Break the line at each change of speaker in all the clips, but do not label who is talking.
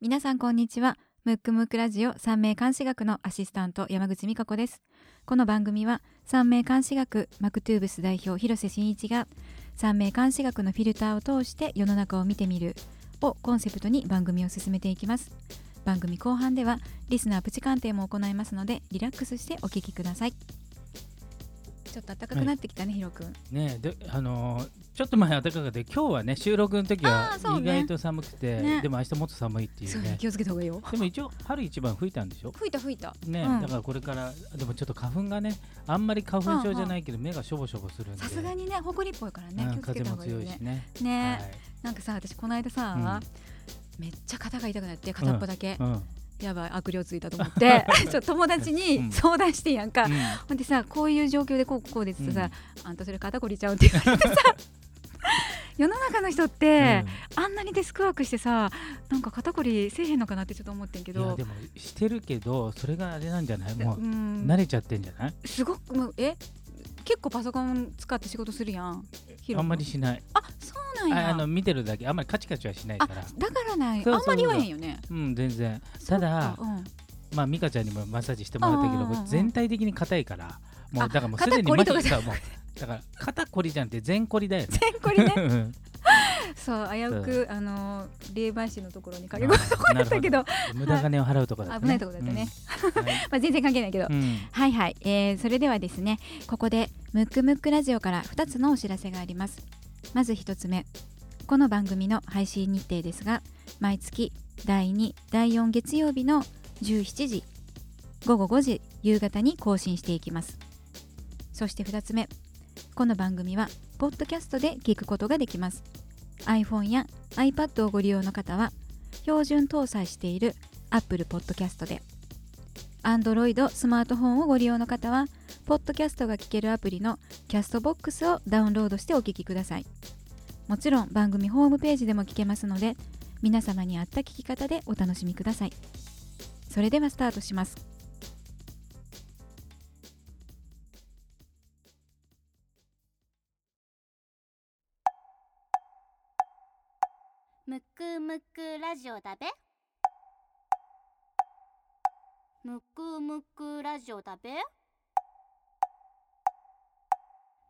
皆さんこんにちはムックムックラジオ三名監視学のアシスタント山口美香子ですこの番組は三名監視学マクトゥーブス代表広瀬真一が三名監視学のフィルターを通して世の中を見てみるをコンセプトに番組を進めていきます番組後半ではリスナープチ鑑定も行いますのでリラックスしてお聞きくださいちょっと暖かくなってきたね、ヒロ君
ねであのーちょっと前暖かくて今日はね収録の時
あ
は
ーそう
意
ね
外と寒くて、
ね
でも明日もっと寒いってい
そううね
ね
気をつけた方がいいよ
でも一応春一番吹いたんでしょ
吹いた吹いた
ね、
うん
だからこれからでもちょっと花粉がねあんまり花粉症じゃないけど目がしょぼしょぼするんで
さすがにねほこりっぽいからね
う
気をつ
ん
け
風
た方
も
がいいよ
強い
ね
しね
ね、なんかさ私この間さ、めっちゃ肩が痛くなって片っぽだけ、
はい、うん
やばい悪霊ついたと思って ちょっと友達
うん
に相談してんやんか、
う
ほんでさこういう状況でこうこうですってさ、あんたそれ肩こりちゃうって言われて さ世の中の人って
ん、
あんなにデスクワークしてさなんか肩こりせえへんのかなってちょっと思ってんけ
いや
ど
でもしてるけどそれがあれなんじゃないも
う
う、
ん
慣れちゃってんじゃない
すごくもうえ結構パソコン使って仕事するやんヒロ
あんまりしない
あそうなんや
ああの見てるだけあんまりカチカチはしない
あ
から
だからない
そうそうそう
あんまり言わへんよね
うん全然ただ
そっかうん
まあ美香ちゃんにもマッサージしてもらったけ
うんうんうん
ど
うん
全体的に硬いからも
あ
うだからもうすでに
肩こりとか
麻痺さもうだから肩こりじゃんって全こりだ よね
これね
うん
そう危う
そ
くあの霊媒師のところに
あ
か
ー
け込ん
な
だけ
る
ど、
ほ
ま
ど無駄金を払うとこだ
危ないとこだったね
うんはい
あ、全然関係ないけど、
うん
はいはい、えーそれではですねここでムックムックラジオから2つのお知らせがありますまず1つ目この番組の配信日程ですが毎月第2第4月曜日の17時午後5時夕方に更新していきますそして2つ目この番組はポッドキャストで聞くことができます iPhone や iPad をご利用の方は標準搭載している Apple Podcast で Android スマートフォンをご利用の方は、ポッドキャストが聞けるアプリのキャストボックスをダウンロードしてお聞きください。もちろん番組ホームページでも聞けますので、皆様に合った聞き方でお楽しみください。それではスタートします。
むくむくラジオだべむくむくラジオだべ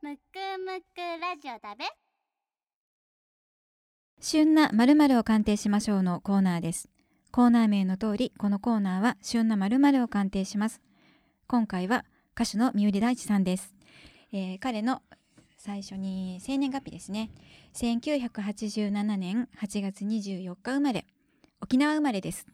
むくむくラジオだべ
旬な〇〇を鑑定しましょうのコーナーです。コーナー名の通り、このコーナーは旬な〇〇を鑑定します。今回は歌手の三浦大知さんです。えー彼の最初に生年月日ですね。1987年8月24日生まれ。沖縄生まれです。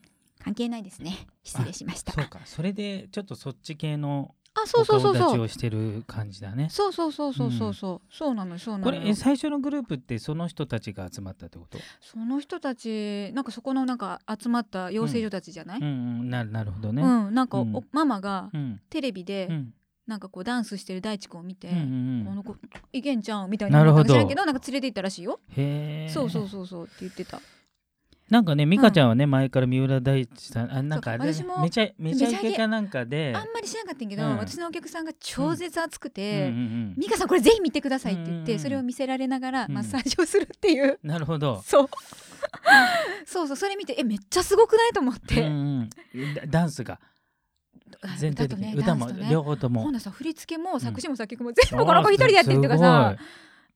関係ないですね。失礼しました。
そうかそれでちょっとそっち系の
あ、そ
お
うそうそ
顔
う
立
そ
ち
う。
をしてる感じだね
そうそうそうそうそうそう。そうなのよそうな
こ
の
れ
よ。
え最初のグループってその人たちが集まったってこと
その人たち、なんかそこのなんか集まった養成所たちじゃない、
うんうんななるほどね
うん、なんかお、
うん
ママが
うん
テレビで、
うん
なんかこうダンスしてる大地君を見て、
うんうんう
こ
ん
の子いけんちゃうんみたいな
なるほど
んか知らんけどなんか連れて行ったらしいよ、
へえ
そうそうそうそうって言ってた
なんかね、美香ちゃんはね、前から三浦大知さん、あ、なんかあれね
そう私も
めちゃ、めちゃイ
めちゃイ
ケ
ケ
かなんかで。
あんまり知らなかったんやけど、
うん
私のお客さんが超絶熱く
うんうんう
て
ん
「美、香、さんこれぜひ見てください」って言って、
うん
それを見せられながら
うん
マッサージをするっていう、
なるほど。
そうそうそうそれ見てえめっちゃすごくないと思っ
うん
て、
うんだダンスが、
あ
全体
歌と
的
ね
に、歌
ダ
も
ンスとね
両方と
今
も。
度さ振り付けも
ん
作詞も作曲も全部この子一人でやってるとか
あ
さ
ー、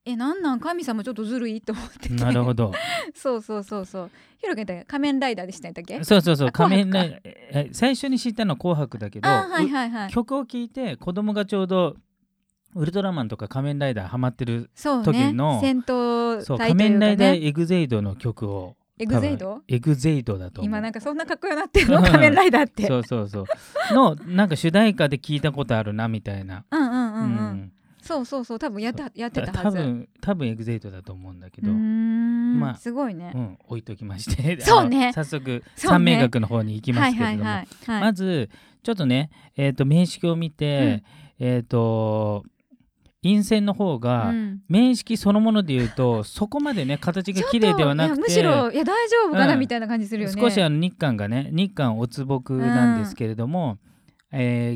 えなんなん神様ちょっとずるいと思ってて
すごいな るほど。
そうそうそうそう。ひろけんって仮面ライダーでしたんだっけ？
そうそうそう、
あ紅白
仮面
か
ライダーえ最初に知ったのは紅白だけど、
あはいはいは
う
い。
曲を聴いて、子供がちょうど、ウルトラマンとか仮面ライダーハマってる、
そうね
時。の
戦闘
そう、
隊
仮
という
面
か
ライダ
ね。
ーエグゼイドの曲を。
エグゼイド
多分？エグゼイドだと思う。
今なんかそんなかっこよなってるの仮面ライダーって。
そうそうそう。の、なんか主題歌で聞いたことあるな、みたいな。
うんうんう
うん
うん。
ん
そうそうそう。多分やったやって
た
たは
多
ず。
分多分エグゼイトだと思うんだけ
うー
ど、うん
ん。
まあ
すごいね。
置いときまして
そうね
あの早速
そう
三
ね
名学の方に行きま
は
す
い
けれ
は
ど
い
も、
はいは
ま
い。
ずちょっとね、えー、と名式を見て、えっ、と陰線の方が、
うん
名式そのもので言うとそこまでね形が綺麗ではなくて
むしろいや大丈夫かな
うん
みたいな感じするよね。
少しあの日韓がね日韓おつぼくなんですけれども、えー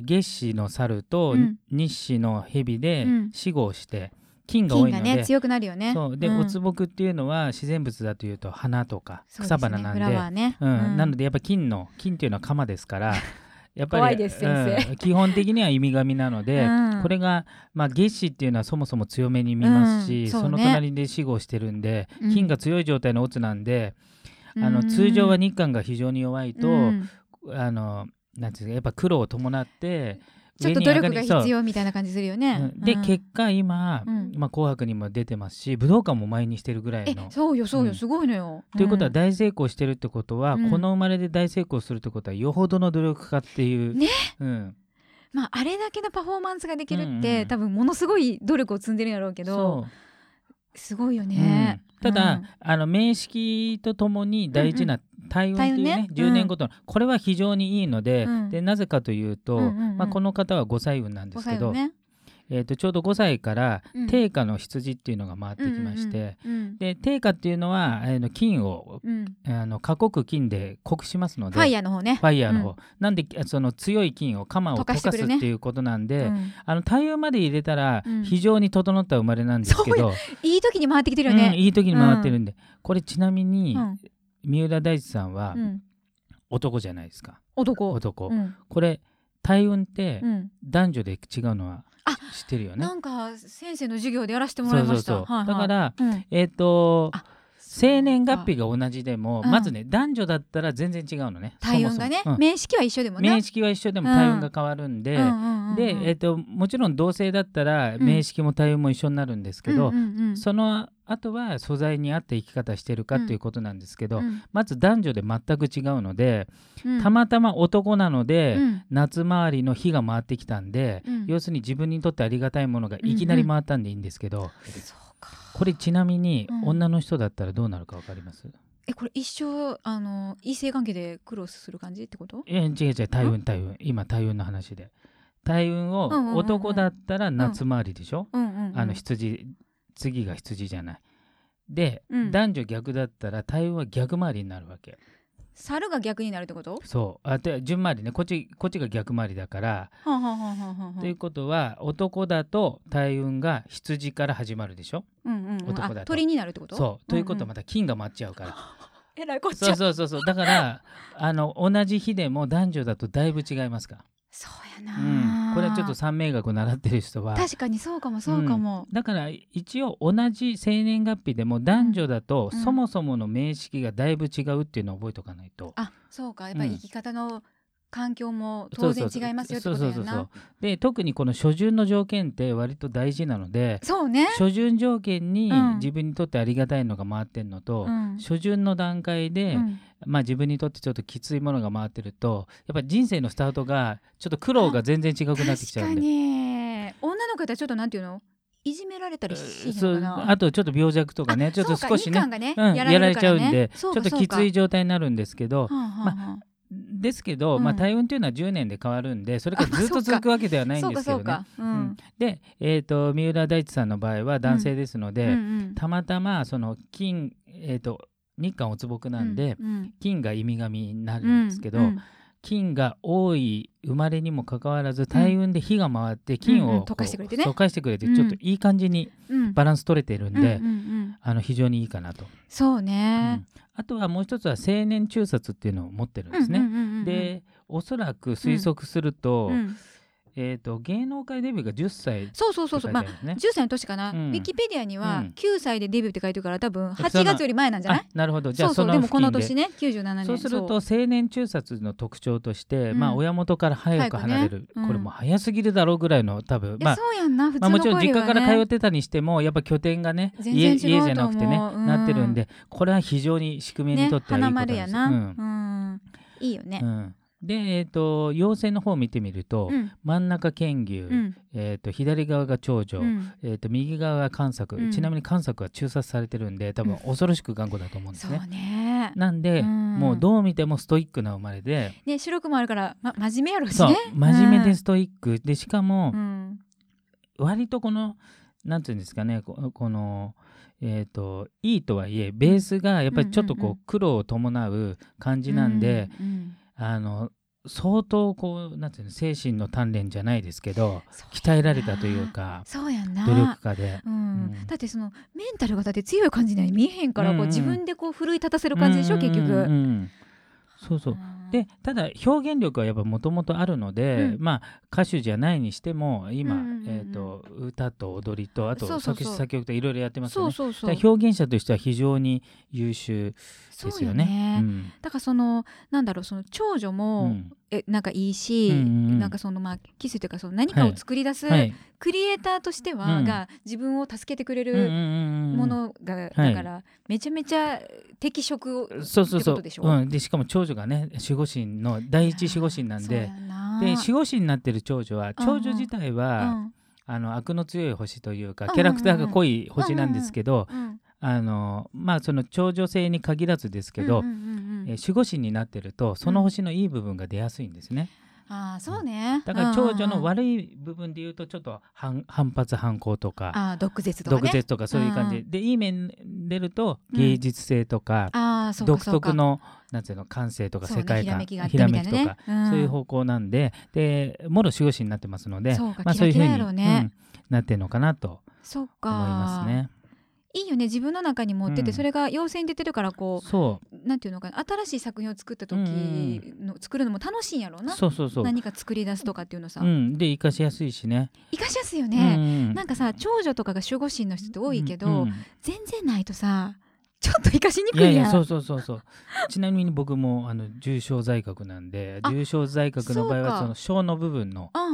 月氏の猿と
うん
日氏の蛇で
うん
死後をして、菌が多
菌
いの
が
で
ね強くなるよね
そうで、
ん
おつぼくっていうのは自然物だというと花とか
そうです
草
ね
花なんで
フラワーね、
うんなの
で
でやっぱ金の金っていうのは鎌で すからやっぱり
怖いです先
うん基本的には忌み神なので、
うん
これが、まあ、月子っていうのはそもそも強めに見ますし、
うんそう
そ
ね
の隣で死後してるんで、
うん
金が強い状態のオツなんで、あの通常は日韓が非常に弱いと、あのなんていうんですかやっぱ苦労を伴って
ちょっと努力
上に
が
上がり
必要みたいな感じするよね
そう、うんで、
うん
結果今、
うん
まあ、紅白にも出てますし武道館も前にしてるぐらい
え
の。
そうよそうよ、
うん
すごいのよ
ということは
ん
大成功してるってことは、
うん
この生まれで大成功するってことはよほどの努力家っていう、
ね
うん、
まああれだけのパフォーマンスができるって、
うんうん
多分ものすごい努力を積んでるんやろうけど
そう
すごいよ
うん
ね、
ただ、
うん
あの名式とともに大事な大運というね,、
大運ね
10年ごとの、これは非常にいいので,、
うん
でなぜかというと、
うんうんうん
まあ、この方は5歳運なんで
5
すけ
歳
ど、
よね
えー、とちょうど5歳から
うん
定価の羊っていうのが回ってきまして、
うん
で定価っていうのは、えーの金を
うん
あの過酷金で濃くしますので
ファイヤーの方ね
ファイヤーの方、なんでその強い金を鎌を
溶
溶
か
か
して
すっ
くるね
ていうことなんで、
うん
あの太陽まで入れたら
うん
非常に整った生まれなんですけ
そう
ど、
いい時に回ってきてるよ
うん
ね、
いい時に回ってるんで、これちなみに
うん
三浦大知さんは
うん
男じゃないですか、
男
男、
うん
これ大運って
うん
男女で違うのは
あ
知ってるよね
なんか先生の授業でやらせてもらいました
そうそうそう
はいはい
だから
うん
えっ、と
あ
生年月日が同じでも、
うん
まずね男女だったら全然違うのね
体温がね
そもそもうん
面識は一緒でもね
面識は一緒でも体運が変わるんで、
うんうんうんうん
で、えっともちろん同性だったら
うん
名式も対応も一緒になるんですけど、
うんうんうん
その後は素材に合った生き方してるかっていうことなんですけど、
うん
まず男女で全く違うので、
うん
たまたま男なので、
うん
夏回りの日が回ってきたんで、
うん
要するに自分にとってありがたいものがいきなり回ったんでいいんですけど、これちなみに
うん
女の人だったらどうなるかわかります、
えこれ一生あの異性関係で苦労する感じってこと
え違う違う大運大運今大運の話で大
うん
運
うんうんうん
を男だったら夏回りでしょ、
うんうんうん
あの羊次が羊じゃないで、
うん
男女逆だったら対応は逆回りになるわけ
猿が逆になるってこと
そうあで順回りねこっちこっちが逆回りだから、
はあはあはあはあはあ
ということは男だと大運が羊から始まるでしょ
うんうんうん
男だ
あ
と
鳥になるってこと
そうということは
んん
また金が回っちゃう から、
えらいこっち
そう
ゃ
そうそうそうだからあの同じ日でも男女だとだいぶ違いますか、
そうや
う、
なん
これはちょっと三名学習ってる人は
確かにそうかもそうかも
だから一応同じ生年月日でも男女だと
うん
そもそもの名式がだいぶ違うっていうのを覚えておかないと。
あそうかやっぱり
うん
生き方の環境も
そ
当
う
然
そうそう
違いますよってことや
そうそうそう
な
そうで特にこの初旬の条件って割と大事なので
そうね
初旬条件に
うん
自分にとってありがたいのが回ってるのと、
うん
初旬の段階で、
うん
まあ、自分にとってちょっときついものが回ってるとやっぱ人生のスタートがちょっと苦労が全然違くなってき
確
ちゃう
か
んで。
に女の子だったらちょっとなんていうのいじめられたりしひ
そ
んの
う
かな
あとちょっと病弱とかねちょっと少しね
そうかみか
う
が
んん、
ねや
やら
られ
れ
るか
ちゃ
ら
う
ね
んで、ち
そ
ょ
う
っ
か
ときつい状態になるんですけど
そうか、はあはあはあ
ですけど、
うん
まあ、体温というのは10年で変わるんでそれから
あまあ
ずっと続くわけではないん
そう
で
か
すけ
そ
ど
う
ね
か。う
うん
ん
で、えー、と三浦大知さんの場合は男性ですので、
うんうん
たまたまその金、えー、と日韓おつぼくなんで、
うん
金が忌み神にな
う
るんですけど、
うんうん
金が多い生まれにもかかわらず大運で火が回って金
うんうん
をこう
溶かしてくれてね
溶かしてくれて
うん
ちょっといい感じに
うん
バランス取れてるんで、
うんうんうん
あの非常にいいかなと。
そう
う
ね
ん。あとはもう一つは青年中殺っていうのを持ってるんですね。
ね
でおそらく推測すると,、えー、と芸能界デビューが10歳って
そうそうそ
書
うそう
いてあ
まあ
るんですね。
10歳の年かな、
うん
ウィキペディアに
う
は
ん
9歳でデビューって書いてるから多分
そ
8
んな
月より前なんじゃない
あなるほどじゃ
そ
あ
うそ
そうの
でもこの
付
年
近
ね97年
そうすると青年中殺の特徴として、
うん
まあ、親元から早く離れる、
早くねうん
これもう早すぎるだろうぐらいの多分
いや
まあ
そうやんな普通
まあ、
の声
もちろん実家から
はね
通ってたにしてもやっぱ拠点がね
全然
家
違うと
家
思う
じゃなくてね、
うん
なってるんでこれは非常に宿命にとってはいい
花
ことなん
丸
で
や
す、
な、う
うん
んいいよね、
うんで、えー、と妖精の方を見てみると、
うん
真ん中剣牛、
うん
えー、と左側が長女、
うん
えー、と右側が関作、
うん
ちなみに関作は中殺されてるんで多分恐ろしく頑固だと思うんです
そ
ね。
うね
なんで、
うん
もうどう見てもストイックな生まれで、
ね白くもあるから、ま、真面目やろし
そう
ね
真面目で
す、
ストイック、でしかも
うん
割とこのなんていうんですかねここのえっ、といいとはいえベースがやっぱりちょっと
うんうんう
こ
ん
う苦労を伴う感じなんで、
うんうん
あの相当こうなんていうの精神の鍛錬じゃないですけど鍛えられたというか
そうやんな
努力家で。
うん
うん
だってそのメンタルがだって強い感じには見えへんから、
うん
こ
う
うん自分でこう奮い立たせる感じでしょ、結
うんうんう
局。
んそうそうでただ表現力はやっぱもともとあるので、
うん
まあ歌手じゃないにしても今、
うんうんうんうん
えー、と歌と踊りとあと
そうそうそう
作詞作曲といろいろやってますよ
そう
ね
そうそう
だから表現者としては非常に優秀
そ
です
う
よ
よ
ね。
ね、
うん
だからそのなんだろうその長女も、
うん
えなんかいいし、
うんうんうん
なんかそのまあキスというかその何かを作り出す、
はい
クリエイターとしては、
うん
が自分を助けてくれ
うんうん
る
うんうん
ものが、だからめちゃめちゃ適職を
そうそ
っ
うそ
てこと
う
でしょ
うん、でしかも長女がね守護神の第一守護神なん
そうや
で
な
で守護神になってる長女は
うん
長女自体
う
は、
ん
あの悪の強い星というか
うんうんうん
キャラクターが濃い星なんですけど、
うん
あのまあその長女性に限らずですけど、
うんうんうん
えー守護神になってるとその星のいい部分が出やすいんですね、
ああそうね
だから長女の
い
悪い部分で言うとちょっと反反発反抗とか
ああ毒舌とかね
毒舌とかそういう感じ、
う
でいい面出ると
うん
芸術性とか、
ああそうか
独
そうか
特のなんていうの感性とか
そう
世
ね
界
ひら
観、
めきがあっ
ひ
て
ら
みた
め
い
き
な
と
ね
か、そういう方向なんででもろ守護神になってますので
そうか
まあ、そういうふう
キラキラやろう
に、
ね
うんなってるのかなと
うんそうか
思いますね。
いいよね自分の中に持ってて、
うん
それが要請に出てるからこ
そう
なんていうのかな新しい作品を作った時
うん
の、作るのも楽しいんやろう
う
な
そうそうそう、
何か作り出すとかっていうのさ、
うん、で生かしやすいしね。
生かしやすいよ
う
ね、
ん
なんかさ長女とかが守護神の人って多いけど、
うんうん
全然ないとさちょっと生かしにくい
いや
やん
いやそうそうそうそうちなみに僕もあの重症在学なんで
あ
重症在学の場合
そうか
はその小の部分の
あああ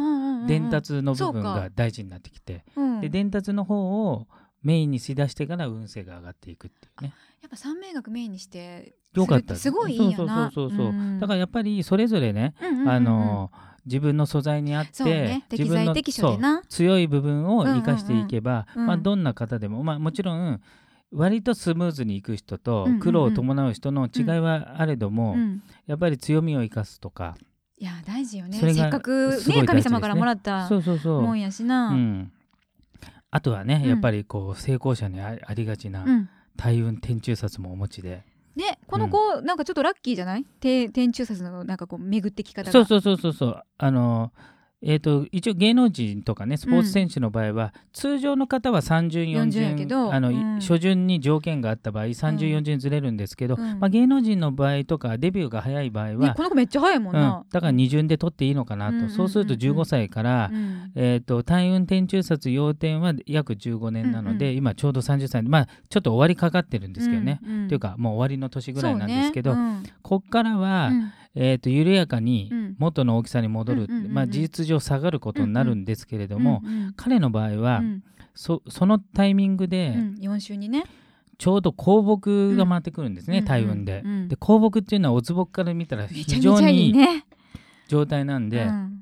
あああ
伝達の
そ
部
うか
分が大事になってきて、
うん
で伝達の方をメインにしだしてから運勢が上がっていくっていうね
やっぱ三名学メインにして
よかっ
する
た
ってすごいいいやな
そうそうそうそう、
うん
だからやっぱりそれぞれね、
うんうんうんうん
あの自分の素材にあって、
そうね適
自分
材
の
適所でな
そう強い部分を生かしていけば、
うんうんうんうん
まあ、
うん
どんな方でも、まあ、もちろん割とスムーズにいく人と
うんうんうん
苦労を伴う人の違いはあれども、
うん
やっぱり強みを生かすとか、
いや大事よね
それが
せっかく
すごい
ね
大事ですね
神様からもらった
そうそうそう、
もんやしな、
うん、あとはね、
うん
やっぱりこう成功者にあありがちな
うん
大運天中札もお持ちで、
ねこの子、なんかちょっとラッキーじゃないて天中殺のなんかこう巡ってき方が
そうそうそうそうそうあのえー、と一応芸能人とかねスポーツ選手の場合は、通常の方は3040
40やけど
あの、い
うん
初旬に条件があった場合3040、40ずれるんですけど、
うん
まあ、芸能人の場合とかデビューが早い場合は、
ね、この子めっちゃ早いもん
うん、だ
な、
から二巡で取っていいのかなと、
うんうんうんうん
そうすると15歳から、
うん
えー、と単運転中殺要点は約15年なの
う
で、
んう
今ちょうど30歳でまあちょっと終わりかかってるんですけどね、
うんうん
というかもう終わりの年ぐらいなんですけど、
そうね
こっからは、
うんうん
えー、と緩やかに
うん
元の大きさに戻る、
うんうんうんうん
まあ、事実上下がることになるんですけれども、
うんうん
彼の場合は、
うん
そそのタイミング
う
で
ん、4週にね
ちょうど香木が回ってくるんですね、
うん
大運で。
うんうんうん
で香木っていうのはおつぼから見たら
めちゃ
非
め
常
ちゃい
に
い
いい
ね
状態なんで、
うん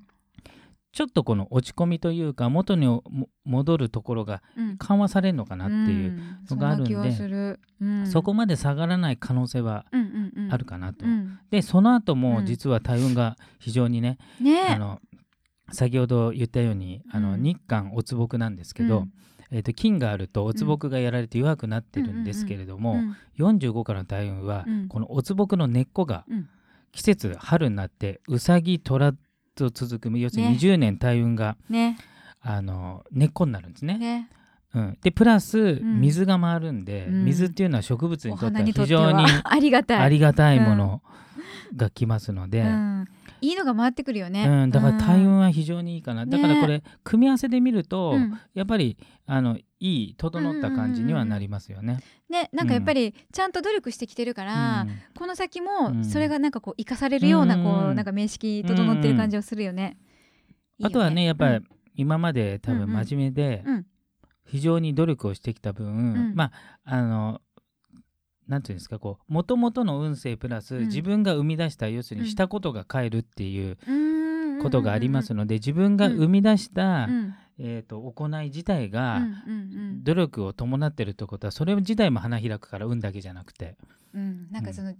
ちょっとこの落ち込みというか元にも戻るところが
うん
緩和されるのかなっていう、
ん
のがあるんで
そな気はするうん
そこまで下がらない可能性は
うんうんうん
あるかなと。
うん
でその後
う
も
ん
実は大運が非常にね、あ
ね
の先ほど言ったようにあの、
うん
日韓おつぼくなんですけど、えー、と金があるとおつぼくがやられて弱くなってるんですけれど
うん
も、
うん
45からの大運は、
うん
このおつぼくの根っこが
うん
季節春になってうさぎ虎と続く要する
ね
に20年大運が、
ね
あの根っこになるんですね。
ね
うん、でプラス
ん
水が回るんで、
うん
水っていうのは植物
お
にとって
花
は
にと
非
って
常に
はありがたい
ありがたいものが来ますので。
うん、いいのが回ってくるよね、
うん、だから大
うん
運は非常にいいかな、だからこれ組み合わせで見ると、
うん
やっぱりあのいい整った感じにはなりますよね。
ね、なんかやっぱりちゃんと努力してきてるから、
うん
この先
う
も
ん
それがなんかこう生かされるような
うん
こう、
うん
なんか名式整ってる感じをするよね。いいよ
あとはねやっぱり、今まで多分真面目で、
うんうん
非常に努力をしてきた分、
ん
まああのなんていうんですかこう元々の運勢プラス、
うん
自分が生み出した要する
うん
にしたことが変えるっていう
うん
ことがあります
の
ので、自分が生み出した、
うん
えー、と行い自体
う
が、
んうん
努力を伴ってるってことはそれ自体も花開くから運だけじゃなくて、
うんうんなんかその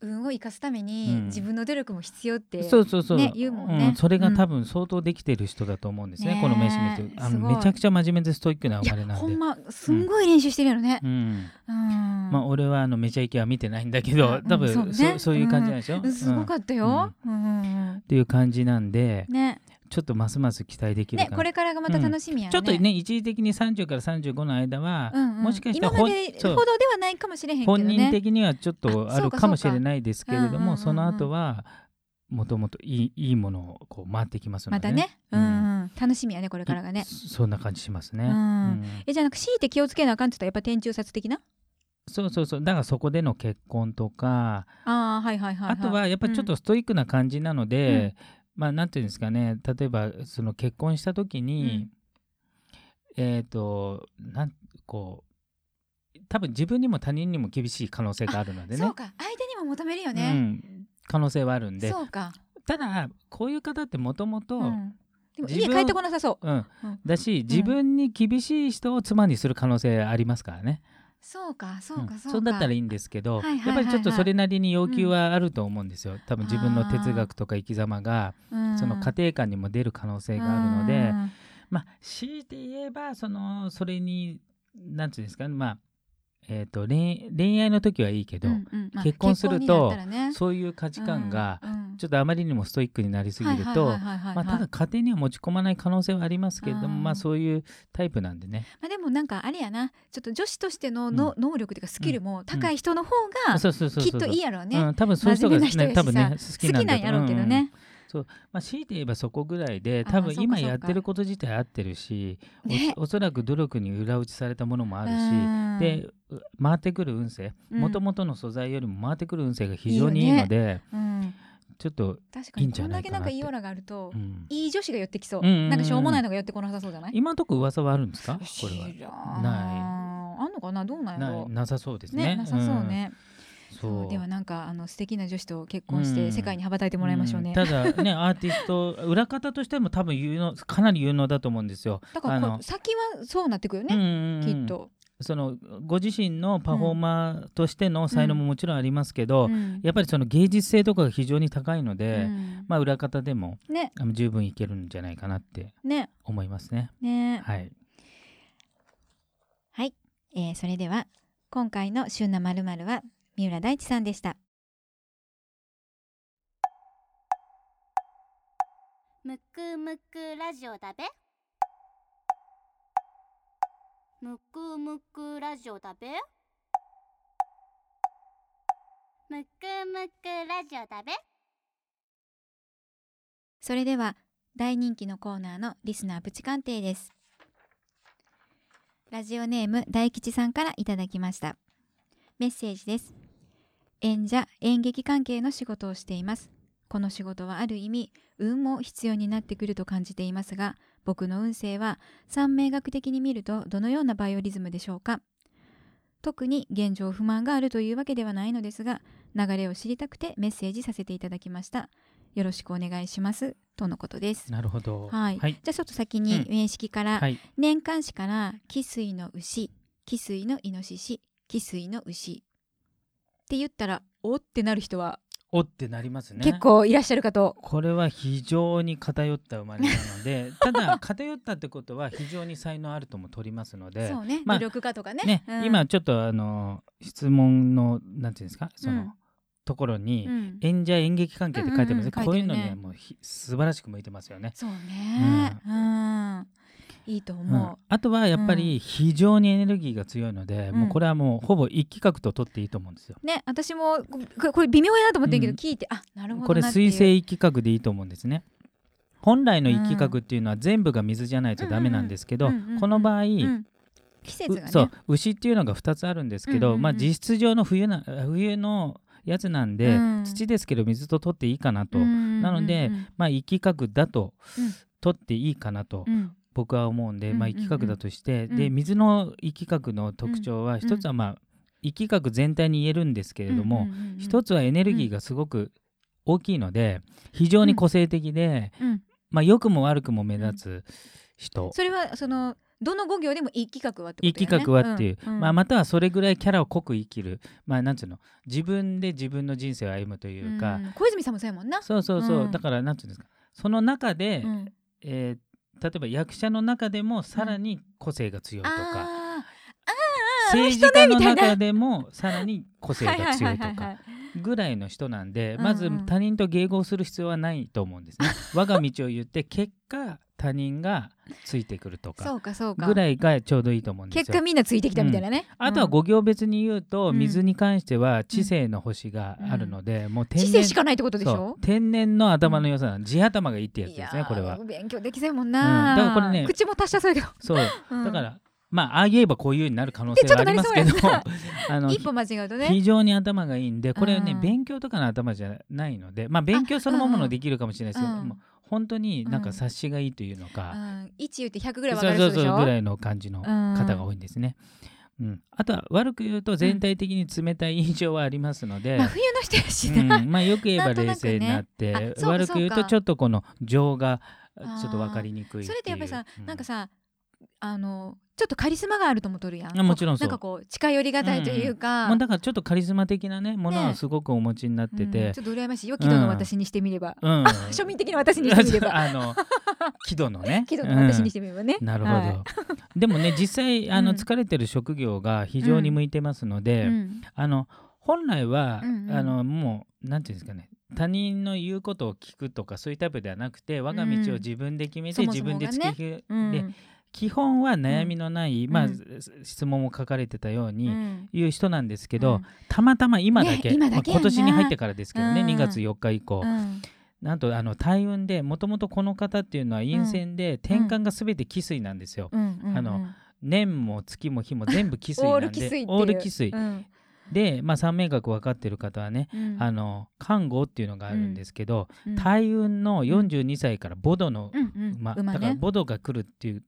運を生かすために、
うん
自分の努力も必要って
そうそうそう、
ね言うもんね、
うん、それが多
分、
分相当できてる人だと思うんですね、
ねえ
この名刺見てあ
す
の
ごい
めちゃくちゃ真面目でストイックないお金
や
なん
ほ
で
んますんごい練習してるやろね
う、ん
うん
まあ俺はあのめちゃイケは見てないんだけ
う
ど
ん
多分、
そ
そうう
ね
そういう感じなんでしょ、う
うんすご
っ
かったよ、うんうんうん
ていう感じなんで
ね
ちょっとますます期待できる
ね
かな、
これからがまた楽しみやね、
ちょっとね一時的に30から35の間は、
うんうん、
もしかしたら
今ま
本
で
そう
ほどではないかもしれへんけどね
本人的にはちょっと
あ
あ
そう
る
か
かも
そう
し
か
れないですけれど
うんうんうんう
も
ん
その後はもともといいいいものをこう回ってきますので、
またね、う
うんん
うん楽しみやねこれからがね
そそんな感じしますね、
う
うんん
えじゃあなんか強いて気をつけなあかんって言ったらやっぱ天中殺的な
そうそうそうだからそこでの結婚とか、
あーはいはいはい、はい、
あとはやっぱりちょっとストイックな感じなので、まあなんていうんですかね例えばその結婚した時に、えっ、となんこう多分自分にも他人にも厳しい可能性があるの
う
で
ん、
ね
そうか相手にも求めるよ
う
ね、
ん、可能性はあるんで
そうか、
ただこういう方ってもともと
うん、でも
自
家
分
帰ってこなさそう
うん
うん
だし自分に厳しい人を妻にする可能性ありますからね、
そうかそうか
うん
そうか、
そうだったらいいんですけど、
はいはいはい
や
は
っ
い
ぱりちょっとそれなりに要求はあると思うんですよ、多分自分の哲学とか生き様が
うん
その家庭観にも出る可能性があるので、
うん
まあ強いて言えばそのそれに何て言うんですかねまあえー、と恋恋愛の時はいいけど、
うんうんまあ
結婚すると
結婚になったらね
そういう価値観が
うん
ちょっとあまりにもストイックになりすぎると、
はいはいはいはいはい
まあ、ただ家庭には持ち込まない可能性はありますけれども、
うん
まあそういうタイプなんでね
まあ、でもなんかあれやなちょっと女子としてのの、能力というかスキルも高い人の方が
そうそうそう
きっ
そう
といいやろうね、
うん、多分そういう人
真面目な
が、
人やし
ね、
さ
多分ね好
好
きな
き
んだ
なんやろうけど
うんうん
ね、
まあ、強いて言えばそこぐらいで
あー
多
そう
分
か
今
そうか
やってること自体合ってるしお
ね
おそらく努力に裏打ちされたものもあるし、
うん
でう回ってくる運勢
うん
もともとの素材よりも回ってくる運勢が非常にいいので
うん
ちょっと、
確かに
いいんじ
こ
ゃ
ん
な
だ
い
け
か
な
なんっ
か
て
いいオーラがあると、
うん
いい女子が寄ってきそう,、
うんうんうん
なんかしょうもないのが寄ってこなさそうじゃない、
今のとこ噂はあるんですかこれは
知らん
ない
あんのかなどうなんや
な
ろ
いうなさそうです
ね
ね
なさそうね、
うん
そう
そう
ではなんかあの素敵な女子と結婚し
う
て
ん
世界に羽ばたいてもらいましょうね、
んただねアーティスト裏方としても多分有能かなり有能だと思うんですよ。
だからこ
あ
う
の
先はそうなってくよ
うん
ね、
うんう
き
ん
っと、
そのご自身のパフォーマーとしての才能ももちろんありますけど、
うん
やっぱりその芸術性とかが非常に高いので、
うん
まあ裏方でも
ね
あの十分いけるんじゃないかなって
ね
思いますね。
ね
はい、
えーそれでは今回の「旬なまるは三浦大知さんでした
むくむくラジオだべむくむくラジオだべむくむくラジオだべ
それでは大人気のコーナーのリスナープチ鑑定ですラジオネーム大吉さんからいただきましたメッセージです演者演劇関係の仕事をしていますこの仕事はある意味運も必要になってくると感じていますが僕の運勢は三名学的に見るとどのようなバイオリズムでしょうか特に現状不満があるというわけではないのですが流れを知りたくてメッセージさせていただきましたよろしくお願いしますとのことです
なるほど。
はい、
はい、
じゃあちょっと先に
うん
面識から、
はい
年間誌から汽水の牛汽水のイノシシ汽水の牛って言ったらおってなる人は
おってなりますね。
結構いらっしゃるかと、
これは非常に偏った生まれなの でただ偏ったってことは非常に才能あるとも取りますので
そうね、
まあ
努力家とかね
ね
うん
今ちょっとあの質問のなんていうんですかその、
うん
ところに、
うん
演者演劇関係って書いてます、
うんうんうん
こういう
書いてる
の
ね
にはもうひ素晴らしく向いてますよね。
そうね、うんいいと
うん
思
あとはやっぱり非常にエネルギーが強いので、
うん
もうこれはもうほぼ一企画と取っていいと思うんですよ。
う、ね私もこここれ微妙やなと思ってんけど、
うん
聞いてあなるほど
これ
なってい
水
う
星一企画でいいと思うんですね。本来の一企画っていうのは全部が水じゃないとダメなんですけど、
うんうんうんうんうん
この場合、
うん季節がね
うそう牛っていうのが2つあるんですけど、
うんうんうん
まあ、実質上の冬な冬のやつなんで、
うん
土ですけど水と取っていいかなと、
な
なのでまあ一企画だと、
うん
取っていいかなと僕は思うんで、まあ
うんうんうん
一企画だとして、
うん
で水の一企画の特徴は一つはまあ一企画全体に言えるんですけれども、一つはエネルギーがすごく大きいので非常に個性的で、
うん
まあ良くも悪くも目立つ人、
それはそのどの5行でもいい企画はってこと
いい
だよね
企画はっていう、
んん
まあ、またはそれぐらいキャラを濃く生きる、まあ、なんつうの自分で自分の人生を歩むというか、
ん小泉さんもそうやもんな、
そうそうそう、
うん
だからなんつうんですかその中で、
うん
えー例えば役者の中でもさらに個性が強いとか、
あー
政治家の
みたいな
中でもさらに個
ー
性
はいは
が
いは
強
い
いと
はい
か
はい
ぐらいの人なんで、
うんうん
まず他人と迎合する必要はないと思う んですね。我が道を言って結果他人がついてくると
そ
か
うかそうか
ぐらいがちょうどいいと思うんです
結
よ
果。みんなついてきたみたいなね、
あとは
うん
五行別に言うと、
うん
水に関しては知性の星があるので、もう天
知
然
性しかないってことでし
そ
ょ
う天然の頭の良さなの地頭がいいってやつ
い
で
や
すねこれは
ー勉強できせんもんな、
うんだからこれね
口も達者そうやけど、
そうだ
うん
からまあああ言えばこういうようになる可能性はありますけ
で
ど
ちょっとなり
あの
一歩間違うとね
非常に頭がいいんでこれね
うん
勉強とかの頭じゃないのでまあ勉強そのものできるかもしれないですけど、
うんうん
もう本当になんか察しがいいというのか、
うん1言って100ぐらい分
そ
かる
う
人
そう
でしょ
そうぐらいの感じの方が多いんですね。うん、あとは悪く言うと全体的に冷たい印象はありますので、
真冬の人やし
うん
な、
まあ、よく言えば
なんとな
冷
くね
静になって
あそうか
悪く言う
そう
と
か
ちょっとこの情が
あー
ちょっと分かりにくい
それってやっぱりさ、
ていう
なんかさあのちょっとカリスマがあると思っとるやん
あもちろんそ
な
う
んかこう近寄りがたいという
うん
か、
もうだからちょっとカリスマ的なねものはすごくお持ちになって
うん
て
ち、ょっと羨ましいよ喜怒の私にしてみれば、
うん
庶民的な私にしてみれ ば
あの喜怒のね
喜怒の私にし
して
みればね、
なるほど、
は
でもね実際 あ
う
の
ん
疲れてる職業が非常に向いてますので、
いうん
あの本来は、
うんうん
あのもうなんていうんですかね他人の言うことを聞くとかそういうタイプではなくて我が道を自分で決めて、
うん
自分で
そもそもがね
突きひ
うん
で基本は悩みのない、ま
う
あ
ん
質問も書かれてたように、
うん
いう人なんですけど、
うん
たまたま今だけ,、
ね今だけや
今
な
年に入ってからですけどね、
うん
2月4日以降、
うん
なんとあの大運でもともとこの方っていうのは陰線で、転換が全て既水なんですよ、
うんうんうん
あの年も月も 日も全部既水
オ
な
ール
ん
キスイ
で
っていう
オール既水
うん
で、まあ、三名学分かってる方はね、
うん
あの看護っていうのがあるんですけど、
うん
大運の42歳からボドの
うんうん
馬、
馬
だから
ね
ボドが来るっていう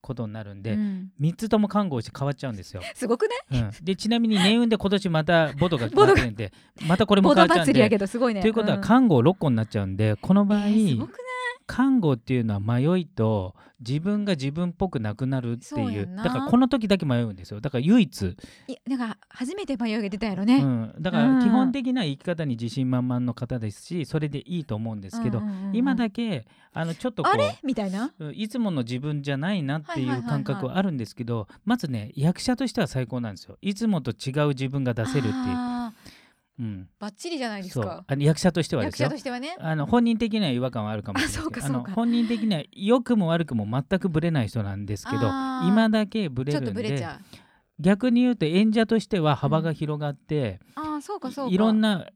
ことになるんで、
うん
3つとも看護をして変わっちゃうんで すよ。
すごくない
うん、でちなみに年運で今年またボドが 決
ボ
ま
ド
っ
が
てるんでまたこれも
ボ
変わ
ド
っちゃうん
祭りやけ
で。
どすごいね
ということは
ん
看護6個になっちゃうんでこの場合、
えーすごくない
看護っていうのは迷いと自分が自分っぽくなくなるって
そう
い
や
うん
な
だからこの時だけ迷うんですよだから唯一、
いなんか初めて迷いが出たやろ
う
ね、
ん、だか
うん
ら基本的な生き方に自信満々の方ですしそれでいいと思うんですけど、
うんうんうんうん
今だけあのちょっとこ
あれ
う
みたいな
うんいつもの自分じゃないなってい
はいはいうはいはい
感覚はあるんですけど、まずね役者としては最高なんですよいつもと違う自分が出せるっていう。
あー
うん
バッチリじゃないです
そう
か
あの役者としてはで
役
す
者
よ
としてはね
あの本人的には違和感はあるかもしれない
あそう
け
か
どあの
そうか
本人的には良くも悪くも全くブレない人なんですけど
あー
今だけブレ
ちょ
る
っと
ん
ブレち
で
ゃう
逆に言うと演者としては幅が広がって、
ああそうかそうか
いろんな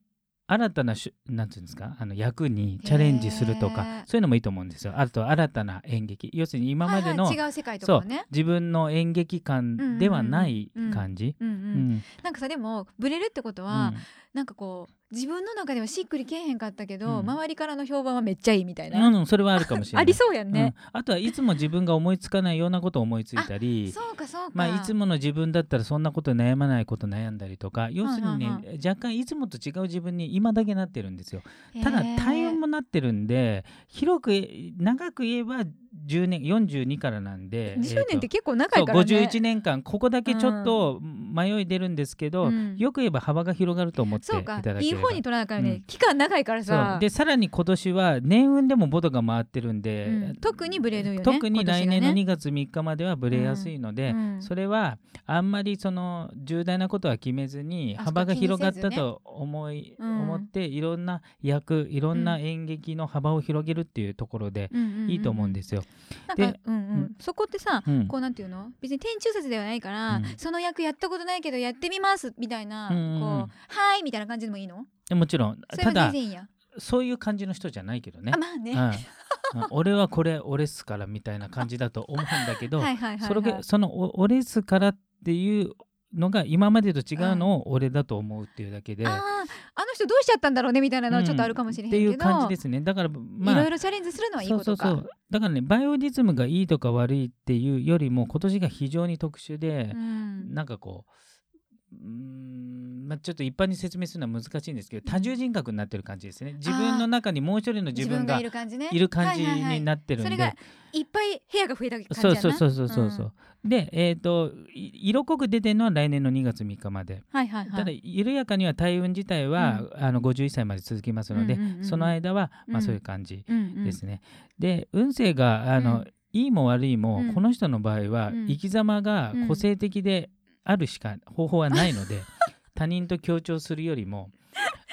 新たなしゅなんていうんですかあの役にチャレンジすると
へ
か
ー
そういうのもいいと思うんですよあと新たな演劇要するに今までの、
はいはい違う世界と
そ
か
う
ね
自分の演劇感ではない感じ。
うんう
うんん
なんかさでもブレるってこと
う
は、
ん
なんかこう自分の中ではしっくりけえへんかったけど、
うん
周りからの評判はめっちゃいいみたいな、
うんうんそれはあるかもしれ な
あ
い
り。そうやんね、
うん、あとはいつも自分が思いつかないようなことを思いついたり
そうかそうか、
まあ、いつもの自分だったらそんなこと悩まないこと悩んだりとか要するにね、
うんうん
若干いつもと違う自分に今だけなってるんですよ
へー
ただ体温もなってるんで広く長く言えば10年42からなんで
10年って
構
結構長いからね、
51年間ここだけちょっと迷い出るんですけど、
うん
よく言えば幅が広がると思ってい
そう
た
か
だければ
いい方に取らなあかんよね、
うん
期間長いから
そ
さ
うでさらに今年は年運でもボドが回ってるんで、
うん特にブレるよね
特に来年の
今年がね
2月3日まではブレやすいので、
うんうん
それはあんまりその重大なことは決めずに
あ
幅が
そこ気にせず
広がったと思い、
うん
思っていろんな役いろんな演劇の幅を広げるっていうところで
うんうんうん
いいと思うんですよ。
なんか
で
うんうん
うん
そこってさ、
うん
こうなんていうの別に転中説ではないから、
うん
その役やったことないけどやってみますみたいな、
うんうん
こうはーいみたいな感じでもいいの
でもちろん
それは
ただ
全然いいや
そういう感じの人じゃないけどね
あ。まあね、
うんうん俺はこれ俺っすからみたいな感じだと思うんだけ ど、
はいはいはい、はい、
それがそのお俺すからっていうのが今までと違うのを俺だと思うっていうだけで、
あーあの人どうしちゃったんだろうねみたいなのは
うん
ちょっとあるかもしれへん
っ
け
てい
ど、
う感じですねだからまあ
いろいろチャレンジするのはいいことか
そうそうそうだからねバイオリズムがいいとか悪いっていうよりも今年が非常に特殊で
う、ん
なんかこううーんまあ、ちょっと一般に説明するのは難しいんですけど多重人格になってる感じですね自分の中にもう一人の自分が
いる感じね
いる感じ
はいはいはい
になってるん
それ
で
がいっぱい部屋が増えた感じ
そう
やな
そうそうそうそうそううでえっ、とい色濃く出てるのは来年の2月3日まで
はいはいはい
ただ緩やかには大運自体は、あの51歳まで続きますので、
うんうんうんうん
その間は、ま
う
あ、
ん
そういう感じ
うんうん
ですね。で運勢があ
う
の、
ん
いいも悪いも、
うん
この人の場合は、
うん
生き様が個性的であるしか方法はないので、他人と協調するよりも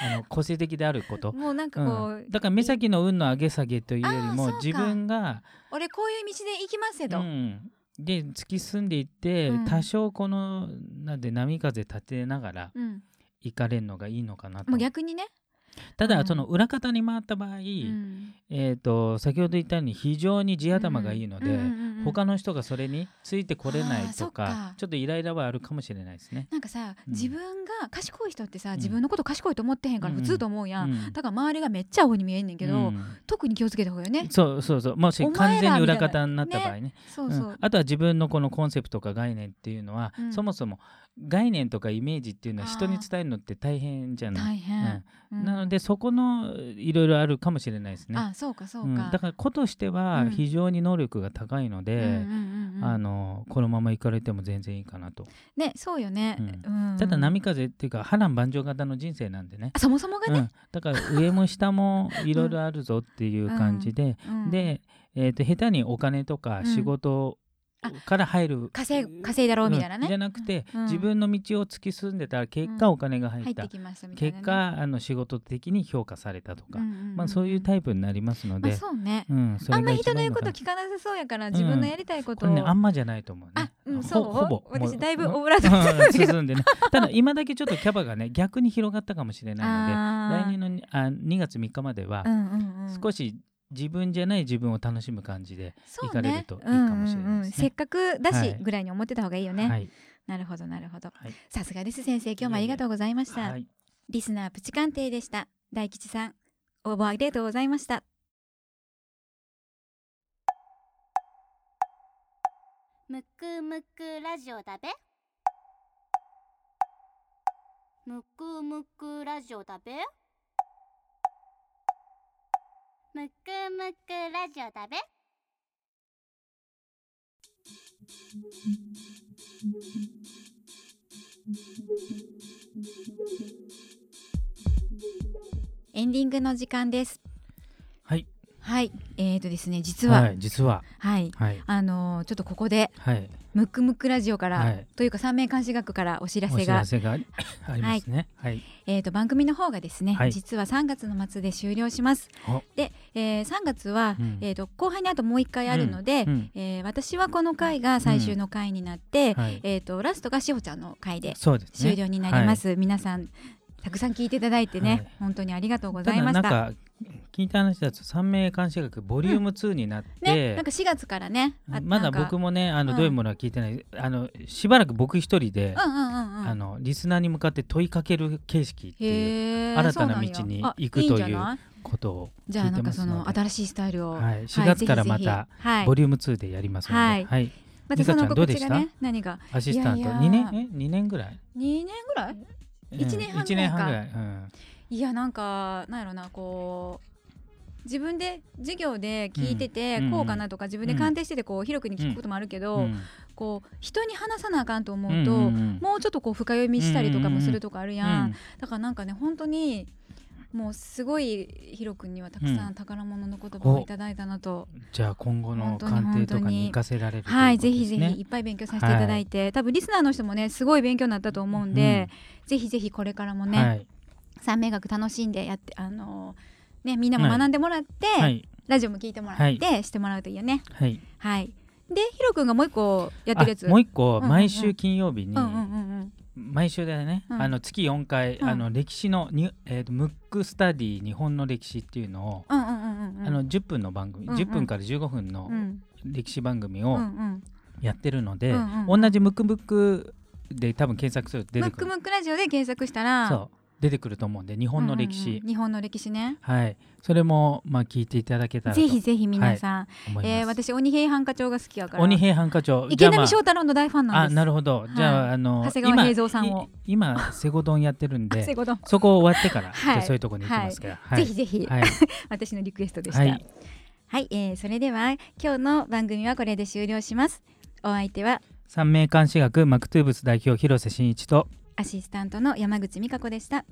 あ の個性的であること。
もうなんか
う
こう、
ん、だから目先の運の上げ下げというより
あー
も
そうか
自分が、
俺こういう道で行きますけど、
うん、で突き進んでいって、
うん
多少このなんで波風立てながら
うん
行かれるのがいいのかなと
もう逆にね、
た
う
だ
ん
その裏方に回った場合、
うん
えー、と先ほど言ったように非常に地頭がいいの
う
で、
んうんうんうん
他の人がそれについてこれない
あーそ
と
っか
かちょっとイライラはあるかもしれないですね。
なんかさ、
うん
自分が賢い人ってさ
ん
自分のこと賢いと思ってへんから
うん
普通と思うやん、
うん
だから周りがめっちゃアホに見えんねんけど、
うん
特に気をつけた方がいいよね
そうそうそうもし
お前ら
完全に裏方になった場合ね
そうそう、
うんあとは自分のこのコンセプトとか概念っていうのは、
うん
そもそも概念とかイメージっていうのは人に
あー
伝えるのって大変じゃな
大
い、
変、
うん
うん
なのでそこのいろいろあるかもしれないですね。
あそうかそうか、
うんだから子としては
うん
非常に能力が高いので、
うんうんうんうん
あのこのまま行かれても全然いいかなと、
ねそうよね、
う
うん
ただ波風っていうか波乱万丈型の人生なんでね
あそもそもが
う
ね、
ん、だから上も下もいろいろあるぞっていう感じで、
うん
で、えー、と下手にお金とか仕事
うん
から入る、
稼い稼いだろうみたいなね、
うんじゃなくて、
うん
自分の道を突き進んでたら結果お金が入
入
っ、
ったてきましたみたいな、ね、
結果あの仕事的に評価されたとか、
うんうんんん
まあ、そういうタイプになりますので、
まあそうね、
うん、それ
あんま
が
り
一
人の
番
言
いいうの
こ
かな
と聞かなさそうやから自分のやりたいこと
こ
を、
れねあんまじゃないと思うね。
あうん
ほ
そう
ほぼも
私
う
だいぶ
うん
オブ ラートに包んだけど
進んでね。ただ今だけちょっとキャバがね逆に広がったかもしれないので、
あー
来年のにあ2月3日までは
うんうんうん
少し自分じゃない自分を楽しむ感じで、
そうね
行かれるといいかもしれないですね
うんうんうんせっかくだし、
はい
ぐらいに思ってた方がいいよね、
はい
なるほどなるほど
はい
さすがです先生今日もありがとうございました
はい。
リスナープチ鑑定でした大吉さん応募ありがとうございました
むくむくラジオだべむくむくラジオだべむくむくラジオだべ
エンディングの時間です
はい。
はいえーとですね実は
は
はいい、
実ははい
あのーちょっとここで
はい
ムクムクラジオから、
はい
というか三名監視学からお知ら
お
せ
知
が
らせがあり ありますね。はい
えー、と番組の方がですね、
はい
実は3月の末で終了します
お。
で、えー、3月は、
うん
えー、と後輩にあともう1回あるので、
うん
えー私はこの回が最終の回になって、
はい。
えー、とラストがしほちゃんの回で
そうですね。
終了になります、皆さんたくさん聞いていただいてね、
はい
本当にありがとうござ
た
い
だ
まし
なん
た
か聞いた話だと三名監視学ボリューム2になって、
ね、なんか4月からねあ
ま
な
だ
んか
僕もねあ
う
の
ん
どういうものは聞いてない、あのしばらく僕一人で、
うんうんうんうん
あのリスナーに向かって問いかける形式っていう
へー
新たな
そうよ
道に
あ
行くという
いんじゃな
ことを
じゃ
聞
あ
い
な
て
んか
ます
そ
の
の
で、
新しいスタイルを、
はい、4月からまた
はい
ボリューム2でやりますので、
は
はいい
またその
ゆかちゃ
告
んどう
知
でし
が
た
ね何が
アシスタン
い
ト
やいや
2年え2年ぐらい、
2年ぐらい一年半
一半ぐらい、うん
いやなんかなんやろなこう自分で授業で聞いてて、
うんうん
こうかなとか自分で鑑定しててこう広くに聞くこともあるけど、
うん
こう人に話さなあかんと思うと、
んんん
もうちょっとこう深読みしたりとかもするとかあるやん、
うん
だからなんかね本当にもうすごい広くにはたくさ
うんん
宝物の言葉をいただいたなと、
じゃあ今後
本
の
当に
鑑定とかに
本当に
生かせられるとうこと
はいぜひ
です
ぜ
ね
ひいっぱい勉強させていただいて、多分リスナーの人もねすごい勉強になったと思うんで、ぜひぜひこれからも
うん
ね、
はい
三名学楽しんでやってあのーねみんなも学んでもらって、
はい
ラジオも聞いてもらって、してもらうといいよね
はい
はいでヒロくんがもう一個やってるやつ
あもう一個、
うんうん
毎週金曜日に、
うんうんうん
毎週だよね、
うん
あの月4回、
うん
あの歴史のに、えーとムックスタディ日本の歴史っていうのを、
うんうんうんうんうん
あの10分の番組、
うんうん
10分から15分
う
の
ん
歴史番組
うんう
を
ん
やってるので、
うんうん
同じムックムックで多分検索すると出
ム
て
ッ
くる
クムックラジオで検索したら
そ出てくると思うんで日本の歴史、
うんうん日本の歴史ね
はいそれもまあ聞いていただけたらと
ぜ
思い
ひぜひ皆さん、
ます、
えー、私鬼平犯科帳が好きやから
鬼平犯科帳
池波
あ
正太郎の大ファンなん
あ
です
なるほど、じゃああの
長谷川平蔵さんを
今い今セゴドンやってるん
あそうい
で
うこと
そこ終わってか ら、
はい
じゃあそういうとこに行きますから、は
ぜ
い
ひぜひ、
はい、
私のリクエス トでした
は
はいい、えーそれでは今日の番組はこれで終了しますお相手は
三名監視学マクトゥーブス代表広瀬真一と
アシスタントの山口美香子でした